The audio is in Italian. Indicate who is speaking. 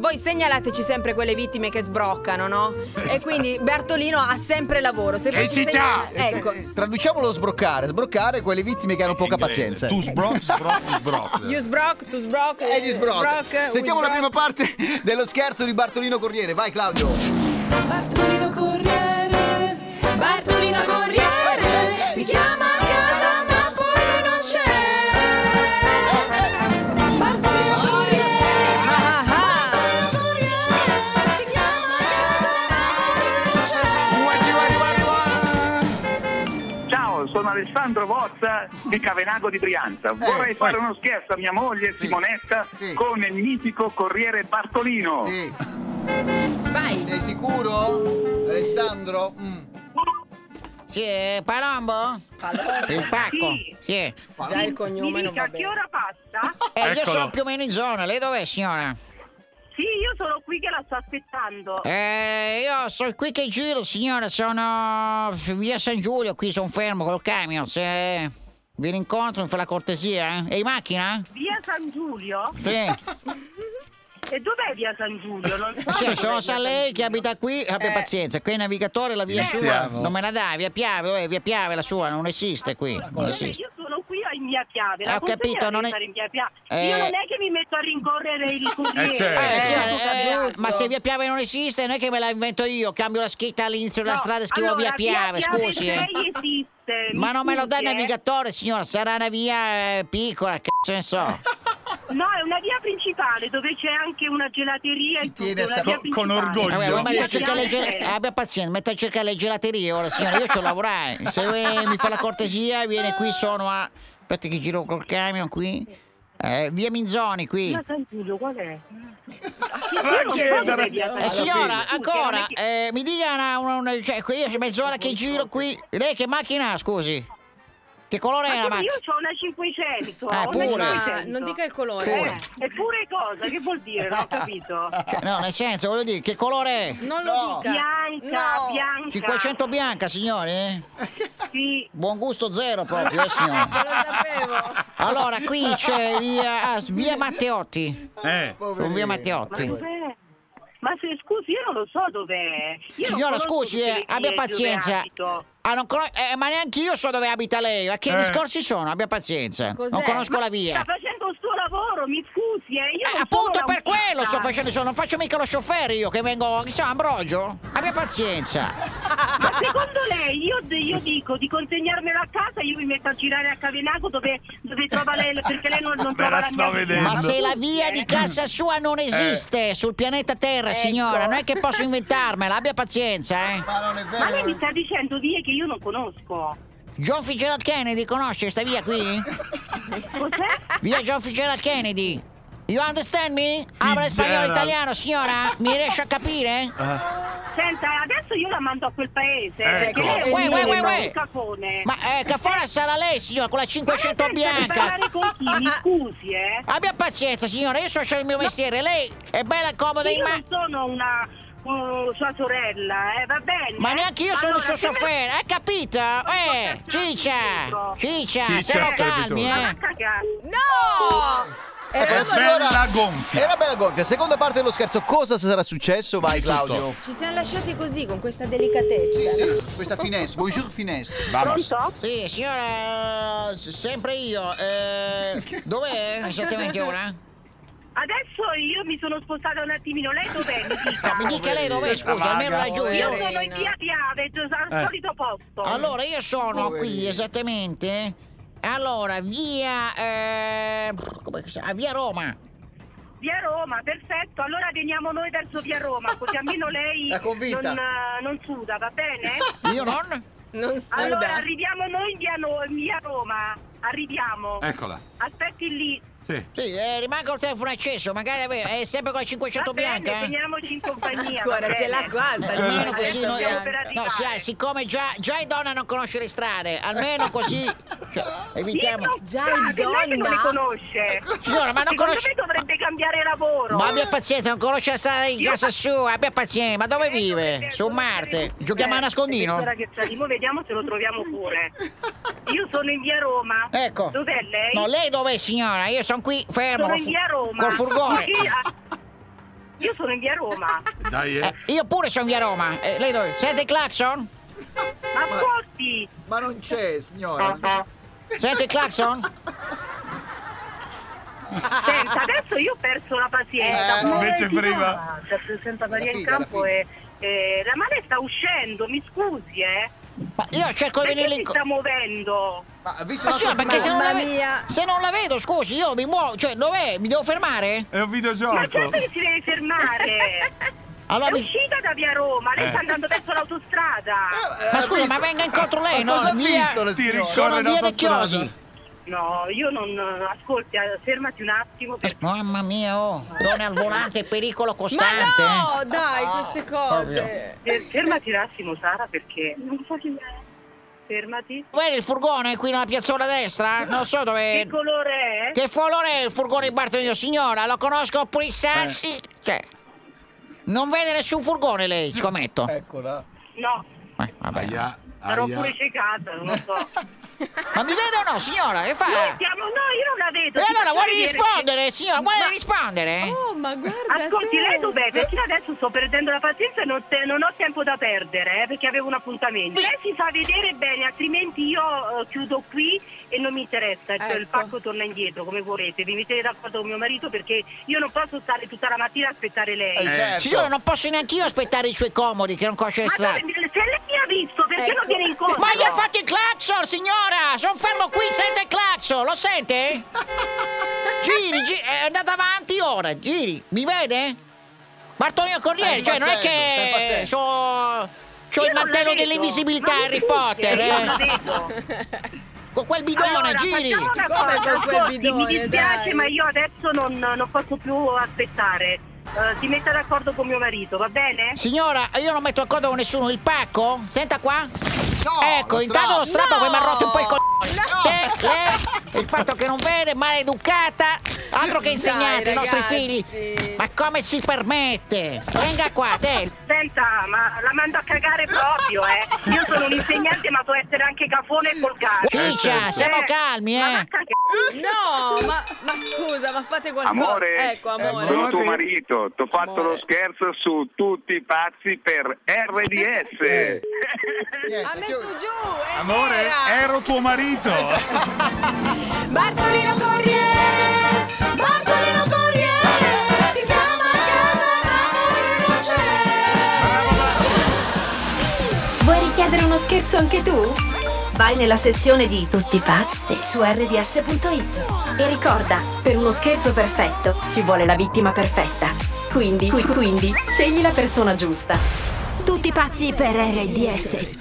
Speaker 1: Voi segnalateci sempre quelle vittime che sbroccano, no?
Speaker 2: Esatto.
Speaker 1: E quindi Bertolino ha sempre lavoro. Se voi
Speaker 3: E
Speaker 1: ci
Speaker 3: ci
Speaker 1: segnala-
Speaker 3: già!
Speaker 1: Ecco.
Speaker 2: Traduciamolo sbroccare, sbroccare quelle vittime che hanno poca pazienza.
Speaker 3: Tu sbroc, sbroc, sbroc.
Speaker 1: You sbrock, tu sbrock,
Speaker 2: E gli sbroc.
Speaker 1: sbrock,
Speaker 2: Sentiamo
Speaker 1: we
Speaker 2: la prima
Speaker 1: sbrock.
Speaker 2: parte dello scherzo di Bartolino Corriere. Vai Claudio.
Speaker 4: Bartolino Corriere, Bartolino Corriere, ti chiama a casa ma poi lui non c'è. Bartolino Corriere,
Speaker 1: Ah, ah, ah.
Speaker 4: Bartolino Corriere, ti chiama a casa ma poi lui non c'è.
Speaker 5: Ciao, sono Alessandro Vozza di Cavenago di Brianza. Vorrei fare uno scherzo a mia moglie Simonetta
Speaker 2: Eh, Sì.
Speaker 5: con il mitico Corriere Bartolino.
Speaker 2: Sì.
Speaker 1: Vai.
Speaker 2: Sei sicuro? Alessandro? Mm.
Speaker 6: Sì, eh, Palombo? Il pacco? Sì.
Speaker 1: Già il cognome
Speaker 7: Mi
Speaker 1: non va
Speaker 7: dica che
Speaker 1: bene.
Speaker 7: ora passa?
Speaker 6: E io
Speaker 3: Eccolo.
Speaker 6: sono più o meno in zona, lei dov'è signora?
Speaker 7: Sì, io sono qui che la sto aspettando.
Speaker 6: Eh, io sono qui che giro signora, sono via San Giulio, qui sono fermo col camion, se vi rincontro mi fa la cortesia, eh? E in macchina?
Speaker 7: Via San Giulio?
Speaker 6: Sì.
Speaker 7: E dov'è via San Giulio? Non so.
Speaker 6: Sì,
Speaker 7: dov'è
Speaker 6: sono
Speaker 7: via
Speaker 6: sa
Speaker 7: San
Speaker 6: lei che
Speaker 7: Giulio.
Speaker 6: abita qui, abbia
Speaker 1: Eh.
Speaker 6: pazienza, qui il navigatore la via sua,
Speaker 3: Iniziamo.
Speaker 6: non me la dai, via Piave, dov'è? Via Piave la sua, non esiste qui, non
Speaker 7: Io-
Speaker 6: esiste.
Speaker 7: Io sono qui in mia chiave. La
Speaker 6: Ho
Speaker 7: consegna
Speaker 6: capito,
Speaker 7: deve
Speaker 6: non è-
Speaker 7: stare in via Piave.
Speaker 6: Eh.
Speaker 7: Io non è che mi metto a rincorrere il ecco. corriere.
Speaker 3: Eh, certo.
Speaker 6: Eh,
Speaker 1: Eh,
Speaker 6: sì,
Speaker 1: eh,
Speaker 6: eh,
Speaker 1: giusto.
Speaker 6: ma se via Piave non esiste, non è che me la invento io, cambio la scritta all'inizio della
Speaker 7: No,
Speaker 6: strada e scrivo via
Speaker 7: allora,
Speaker 6: Piave, scusi. eh.
Speaker 7: Piave 6 esiste. mi
Speaker 6: Ma non me lo dà il
Speaker 7: scusi, eh.
Speaker 6: navigatore, signora, sarà una via eh, piccola, cazzo ne so.
Speaker 7: No, è una via principale dove c'è anche una gelateria e tutto.
Speaker 2: tiene a
Speaker 7: una
Speaker 2: sa-
Speaker 7: via
Speaker 3: Con- con
Speaker 7: principale. Eh,
Speaker 3: orgoglio.
Speaker 6: Vabbè,
Speaker 3: Sì,
Speaker 6: ma metta a
Speaker 7: sì,
Speaker 6: cercare le
Speaker 7: sì.
Speaker 6: gel- Ah, abbia pazienza, metta a cercare le gelaterie ora, signora, io ci lavorai. Se eh, mi fa la cortesia, viene qui, sono a... Aspetta che giro col camion qui. Eh, via Minzoni qui.
Speaker 7: Via San Giulio qual è?
Speaker 3: Va a chiedere.
Speaker 6: Eh, signora, ancora, eh, mi dica una, una- una- cioè, qui io c'è mezz'ora che giro qui. Lei che macchina ha, scusi? Che colore è la
Speaker 7: io
Speaker 6: macchina?
Speaker 7: ho una 500.
Speaker 6: Ah,
Speaker 7: ho una
Speaker 6: pure.
Speaker 1: Ma
Speaker 7: 500.
Speaker 1: non dica il colore.
Speaker 6: Pure.
Speaker 7: Eh, Eppure cosa? Che vuol dire? Non ho capito.
Speaker 6: Cioè, No, nel senso, voglio dire, che colore è?
Speaker 1: Non lo
Speaker 2: No.
Speaker 1: dica.
Speaker 7: Bianca,
Speaker 1: No.
Speaker 7: bianca.
Speaker 6: 500 bianca, signori?
Speaker 7: Sì.
Speaker 6: Buon gusto zero proprio, eh,
Speaker 1: Lo
Speaker 6: signori.
Speaker 1: sapevo.
Speaker 6: Allora, qui c'è via, ah, via Matteotti.
Speaker 3: Eh,
Speaker 6: Sono via Matteotti.
Speaker 7: Ma dov'è? Ma se scusi, io non lo so dov'è. Io non
Speaker 6: Signora,
Speaker 7: conosco
Speaker 6: scusi,
Speaker 7: tutte
Speaker 6: eh,
Speaker 7: le vie
Speaker 6: abbia
Speaker 7: dove
Speaker 6: pazienza.
Speaker 7: abito.
Speaker 6: Ah, non conos- eh, ma neanche io so dove abita lei. Ma che
Speaker 3: Eh.
Speaker 6: discorsi sono? Abbia pazienza.
Speaker 1: Cos'è?
Speaker 6: Non conosco la via.
Speaker 7: Sta facendo il suo lavoro, mi scusi, eh. Io
Speaker 6: Eh,
Speaker 7: non
Speaker 6: appunto
Speaker 7: sono
Speaker 6: per quello sto
Speaker 7: l'autista.
Speaker 6: facendo sono non faccio mica lo scioffere io che vengo chissà Ambrogio abbia pazienza
Speaker 7: Ma secondo lei, io, io dico di consegnarmelo a casa, io mi metto a girare a Cavenaco dove, dove trova lei, perché lei non,
Speaker 3: Me
Speaker 7: non
Speaker 3: la
Speaker 7: trova la
Speaker 3: sto
Speaker 7: mia Eh,
Speaker 3: vedendo.
Speaker 7: via.
Speaker 6: ma se la via di casa sua non esiste sul pianeta Terra
Speaker 7: Ecco.
Speaker 6: signora non è che posso inventarmela abbia pazienza eh
Speaker 2: Ma non è vero.
Speaker 7: Ma lei mi sta dicendo vie che io non conosco.
Speaker 6: John Fitzgerald Kennedy conosce sta via qui?
Speaker 7: Cos'è?
Speaker 6: via John Fitzgerald Kennedy You understand me? Parla in spagnolo
Speaker 3: Fitzgerald.
Speaker 6: italiano signora? Mi riesce a capire?
Speaker 3: Eh,
Speaker 7: Senta, adesso io la mando a quel paese,
Speaker 3: Ecco.
Speaker 7: perché lei è
Speaker 6: Uè,
Speaker 7: un,
Speaker 6: uè,
Speaker 7: minimo,
Speaker 6: uè, uè.
Speaker 7: un cafone.
Speaker 6: Ma eh, Cafora sarà lei signora con la
Speaker 7: Ma lei
Speaker 6: 500
Speaker 7: pensa di
Speaker 6: bianca
Speaker 7: parlare con chi? Mi scusi, eh.
Speaker 6: Abbia pazienza signora io so fare il mio mestiere Lei è bella e comoda in
Speaker 7: Io
Speaker 6: mano
Speaker 7: non sono una uh, sua sorella, eh, va bene?
Speaker 6: Ma neanche io sono il suo chauffeur, hai capito? Eh, Ciccia! Ciccia,
Speaker 3: Ciccia,
Speaker 6: stiamo
Speaker 3: stai
Speaker 6: calmi,
Speaker 3: ritorno.
Speaker 7: Cioè.
Speaker 6: eh!
Speaker 7: Cagare.
Speaker 1: No!
Speaker 2: Eh,
Speaker 1: Eravamo-
Speaker 2: sì. allora-
Speaker 3: bella gonfia.
Speaker 2: Era bella gonfia. Seconda parte dello scherzo. Cosa sarà successo? Vai
Speaker 3: Tutto.
Speaker 2: Claudio.
Speaker 1: Ci siamo lasciati così, con questa delicatezza.
Speaker 2: Questa finesse. Bonjour finesse.
Speaker 3: Vamos.
Speaker 6: Sì, signora, eh, s- sempre io. Eh, dov'è esattamente ora?
Speaker 7: Adesso io mi sono spostata un attimino, lei dov'è? Mi dica.
Speaker 6: Mi dica lei dov'è, scusa, almeno laggiù.
Speaker 7: Io
Speaker 6: Io...
Speaker 7: sono in via Piave, al
Speaker 6: Eh.
Speaker 7: solito posto.
Speaker 6: Allora, io sono qui esattamente. Allora, via. Eh, come si chiama? Via Roma.
Speaker 7: Via Roma, perfetto. Allora veniamo noi verso via Roma, così almeno lei
Speaker 2: La convinta.
Speaker 7: non, eh, non suda, va bene?
Speaker 6: Io non?
Speaker 1: Non suda.
Speaker 7: Allora arriviamo noi in via, No- in via Roma. Arriviamo.
Speaker 6: Eh.
Speaker 3: Eccola.
Speaker 7: Aspetti lì.
Speaker 3: Sì.
Speaker 6: Sì, eh, rimango il telefono acceso, magari è sempre con la 500
Speaker 7: Va bene,
Speaker 6: bianca. eh.
Speaker 7: teniamoci in compagnia. va
Speaker 1: Ancora, ce
Speaker 7: bene.
Speaker 1: l'ha qua. il
Speaker 6: Eh, Almeno
Speaker 1: tagliato.
Speaker 6: così
Speaker 7: Adesso
Speaker 6: noi,
Speaker 7: andiamo per
Speaker 6: no, eh,
Speaker 7: arrivare.
Speaker 6: sai, siccome già, già è donna non conosce le strade, almeno così cioè, evitiamo.
Speaker 7: Io-
Speaker 1: Già
Speaker 7: guarda,
Speaker 1: in
Speaker 7: lei che non le
Speaker 1: donna?
Speaker 7: conosce.
Speaker 6: Signora, ma non
Speaker 7: Secondo
Speaker 6: conosce-
Speaker 7: me dovrebbe cambiare lavoro.
Speaker 6: Ma abbia pazienza, non conosce la strada di casa sua, abbia pazienza, ma dove vive? Su Marte? Giochiamo
Speaker 7: Eh,
Speaker 6: a nascondino?
Speaker 7: Ora che saliamo, vediamo se lo troviamo pure. Io sono in via Roma.
Speaker 6: Ecco.
Speaker 7: Dov'è lei?
Speaker 6: No, lei dov'è signora? Io sono qui fermo
Speaker 7: sono
Speaker 6: col,
Speaker 7: in
Speaker 6: fu-
Speaker 7: via Roma.
Speaker 6: col furgone.
Speaker 7: Sì, a- Io sono in via Roma.
Speaker 3: Dai, eh.
Speaker 6: Eh, io pure sono via Roma. Eh, lei dove? Sente il clacson?
Speaker 7: Ma ascolti!
Speaker 2: Ma non c'è, signora.
Speaker 6: Sente il clacson?
Speaker 7: Senta, adesso io ho perso la pazienza.
Speaker 2: Eh,
Speaker 7: Ma
Speaker 3: invece
Speaker 7: chi
Speaker 3: prima-
Speaker 7: va? Cioè, Senta Maria in
Speaker 2: figlia, la
Speaker 7: campo
Speaker 2: figlia.
Speaker 7: e... e la male sta uscendo, mi scusi, eh.
Speaker 6: Ma io cerco di
Speaker 7: Perché
Speaker 6: venire
Speaker 7: si
Speaker 6: in. co-
Speaker 7: sta muovendo?
Speaker 2: Ma visto
Speaker 6: Ma
Speaker 2: la sua
Speaker 6: signora, perché se non, la
Speaker 1: Mamma
Speaker 6: ve-
Speaker 1: mia.
Speaker 6: se non la vedo, scusi, io mi muovo. Cioè, dov'è? Mi devo fermare?
Speaker 3: È un
Speaker 7: Ma
Speaker 3: videogioco.
Speaker 7: certo che si deve fermare!
Speaker 6: Allora
Speaker 7: È
Speaker 6: mi.
Speaker 7: uscita da via Roma, lei
Speaker 3: Eh.
Speaker 7: sta andando verso l'autostrada.
Speaker 2: Eh,
Speaker 6: Ma scusi, ma venga incontro lei, no?
Speaker 2: Cosa ha
Speaker 6: Via-
Speaker 2: visto la
Speaker 3: Ti
Speaker 2: signora?
Speaker 3: ricordo-
Speaker 6: Sono
Speaker 3: Corre in
Speaker 6: via De
Speaker 3: autostrada.
Speaker 6: Chiosi.
Speaker 7: No, io non ascolti, eh, fermati un attimo
Speaker 6: Eh,
Speaker 7: perché
Speaker 6: Mamma mia, oh, donne al volante, pericolo costante.
Speaker 1: Ma
Speaker 6: eh.
Speaker 1: no, dai, queste
Speaker 2: Ah,
Speaker 1: cose.
Speaker 7: fer- fermati un attimo Sara perché non so chi è. Fermati.
Speaker 6: Vedi il furgone qui nella piazzola destra? Non so dove.
Speaker 7: Che colore è?
Speaker 6: Eh, Che colore è il furgone di Bartolino, signora? Lo conosco pure i sassi. Cioè, non vede nessun furgone lei, scommetto.
Speaker 2: Eccola.
Speaker 7: No,
Speaker 6: Eh, vabbè.
Speaker 3: Aia,
Speaker 7: sarò
Speaker 3: aia.
Speaker 7: pure ciecata, non lo so.
Speaker 6: Ma mi vede o no, signora? Che
Speaker 7: Noi
Speaker 6: fa?
Speaker 7: siamo, no, io non la vedo.
Speaker 6: E
Speaker 7: ti
Speaker 6: allora
Speaker 7: faccio
Speaker 6: vuole
Speaker 7: vedere-
Speaker 6: rispondere, signora? Vuole rispondere?
Speaker 1: Oh, ma guarda.
Speaker 7: Ascolti,
Speaker 1: te.
Speaker 7: lei dov'è? Perché io adesso sto perdendo la pazienza e non, te- non ho tempo da perdere, eh, perché avevo un appuntamento.
Speaker 6: Sì.
Speaker 7: Lei si fa vedere bene, altrimenti io eh, chiudo qui e non mi interessa, cioè il
Speaker 1: Ecco.
Speaker 7: pacco torna indietro, come volete. Vi mettete d'accordo con mio marito perché io non posso stare tutta la mattina a aspettare lei.
Speaker 2: Eh, certo.
Speaker 6: Signora, non posso neanche io aspettare i suoi comodi che non conosce le
Speaker 7: Ma
Speaker 6: strade.
Speaker 7: dove- se lei mi ha visto, perché
Speaker 1: Ecco.
Speaker 7: non viene incontro?
Speaker 6: Ma gli ha fatto il clacson, signora! Sono fermo qui, sente il clacson, lo sente? Giri, giri, è andato avanti ora, giri, mi vede? Bartolino Corriere,
Speaker 2: Sta
Speaker 6: cioè non è
Speaker 2: impazzendo, sta
Speaker 6: che...
Speaker 2: impazzendo.
Speaker 6: C'ho, c'ho
Speaker 7: Io
Speaker 6: il
Speaker 7: non la
Speaker 6: mantello
Speaker 7: vedo.
Speaker 6: dell'invisibilità
Speaker 7: Ma
Speaker 6: Harry
Speaker 7: mi
Speaker 6: Potter,
Speaker 7: scusi, io non la
Speaker 6: eh!
Speaker 7: vedo.
Speaker 6: Con quel bidone,
Speaker 7: Allora,
Speaker 6: giri!
Speaker 7: facciamo una
Speaker 1: Come
Speaker 7: cosa,
Speaker 1: con quel
Speaker 7: ascolti,
Speaker 1: bidone,
Speaker 7: Mi dispiace,
Speaker 1: dai.
Speaker 7: ma io adesso non, non posso più aspettare. Eh, ti metta d'accordo con mio marito, va bene?
Speaker 6: Signora, io non metto d'accordo con nessuno, il pacco? Senta qua?
Speaker 2: No,
Speaker 6: ecco,
Speaker 2: lo
Speaker 6: intanto lo
Speaker 2: strappo.
Speaker 6: strappo
Speaker 1: No!
Speaker 6: che mi ha rotto un po' il coglione.
Speaker 1: No!
Speaker 6: Te, le, il fatto che non vede, maleducata, altro che insegnate
Speaker 1: Dai,
Speaker 6: ai nostri
Speaker 1: ragazzi.
Speaker 6: figli. Ma come si permette? Venga qua, te.
Speaker 7: Senta, ma la mando a cagare proprio, eh. Io sono un insegnante, ma può essere anche cafone e volgare.
Speaker 6: Ciccia, siamo calmi,
Speaker 7: Certo. Ma va a
Speaker 6: eh.
Speaker 7: cagare.
Speaker 1: No, ma, ma scusa, ma fate qualcosa.
Speaker 5: Amore, eh,
Speaker 1: Ecco,
Speaker 3: Amore.
Speaker 1: amore.
Speaker 5: sono tuo marito, ti ho fatto
Speaker 1: Amore.
Speaker 5: lo scherzo su tutti i pazzi per
Speaker 2: Eh.
Speaker 5: RDS.
Speaker 1: Ha messo giù. è
Speaker 3: Amore, Eh.
Speaker 1: vera.
Speaker 3: ero tuo marito.
Speaker 7: Esatto.
Speaker 4: Bartolino Corriere, Bartolino Corriere, ti chiama a casa ma poi non c'è.
Speaker 8: Vuoi richiedere uno scherzo anche tu?
Speaker 9: Vai nella sezione di
Speaker 8: Tutti pazzi
Speaker 9: su rds.it.
Speaker 8: E ricorda, per uno scherzo perfetto ci vuole la vittima perfetta. Quindi, qui- quindi, scegli la persona giusta.
Speaker 9: Tutti pazzi per RDS.